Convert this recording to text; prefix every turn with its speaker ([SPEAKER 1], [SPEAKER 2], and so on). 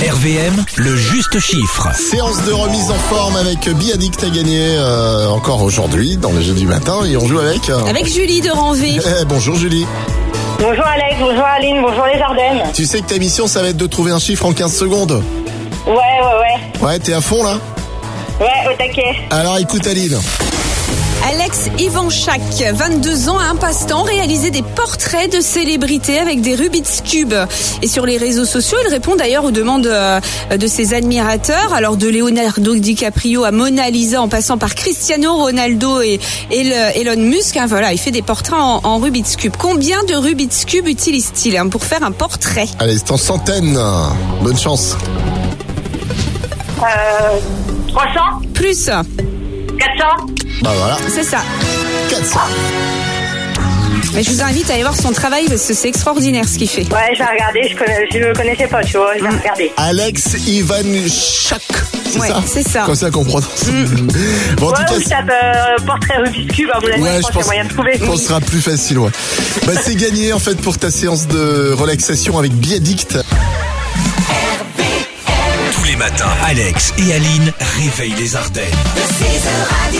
[SPEAKER 1] RVM, le juste chiffre.
[SPEAKER 2] Séance de remise en forme avec Biaddict à gagner euh, encore aujourd'hui dans le jeu du matin et on joue avec. euh,
[SPEAKER 3] Avec Julie de Ranvé.
[SPEAKER 2] eh, bonjour Julie.
[SPEAKER 4] Bonjour Alex, bonjour Aline, bonjour les Ardennes.
[SPEAKER 2] Tu sais que ta mission ça va être de trouver un chiffre en 15 secondes.
[SPEAKER 4] Ouais, ouais,
[SPEAKER 2] Ouais, t'es à fond là
[SPEAKER 4] ouais. Ouais, au taquet.
[SPEAKER 2] Alors écoute Aline.
[SPEAKER 3] Alex Ivanchak, 22 ans, a un passe-temps, réaliser des portraits de célébrités avec des Rubik's Cube. Et sur les réseaux sociaux, il répond d'ailleurs aux demandes euh, de ses admirateurs. Alors de Leonardo DiCaprio à Mona Lisa en passant par Cristiano Ronaldo et, et le- Elon Musk. hein, voilà, il fait des portraits en, en Rubik's Cube. Combien de Rubik's Cube utilise-t-il hein, pour faire un portrait
[SPEAKER 2] Allez, c'est en centaines. Bonne chance.
[SPEAKER 4] Euh, 300
[SPEAKER 3] Plus,
[SPEAKER 4] 400
[SPEAKER 2] Bah voilà,
[SPEAKER 3] c'est ça.
[SPEAKER 2] 400.
[SPEAKER 3] Mais je vous invite à aller voir son travail parce que c'est extraordinaire ce qu'il fait.
[SPEAKER 4] Ouais, j'ai regardé, je connais, je le connaissais pas, tu vois, j'ai
[SPEAKER 2] Mm.
[SPEAKER 4] regardé.
[SPEAKER 2] Alex Ivan Chak. C'est
[SPEAKER 3] Ouais,
[SPEAKER 2] ça
[SPEAKER 3] c'est ça.
[SPEAKER 2] Comme ça qu'on prononce. Bon, en
[SPEAKER 4] Mm. Ouais,
[SPEAKER 2] tout cas,
[SPEAKER 4] ou je tape euh, portrait Rubik's Cube, à mon avis,
[SPEAKER 2] Ouais,
[SPEAKER 4] je pense qu'il y a moyen de trouver.
[SPEAKER 2] je pense que ce sera plus facile, ouais. Bah, c'est gagné, en fait, pour ta séance de relaxation avec Biaddict.
[SPEAKER 1] Tous les matins, Alex et Aline réveillent les Ardennes.
[SPEAKER 5] de 6h à 10h.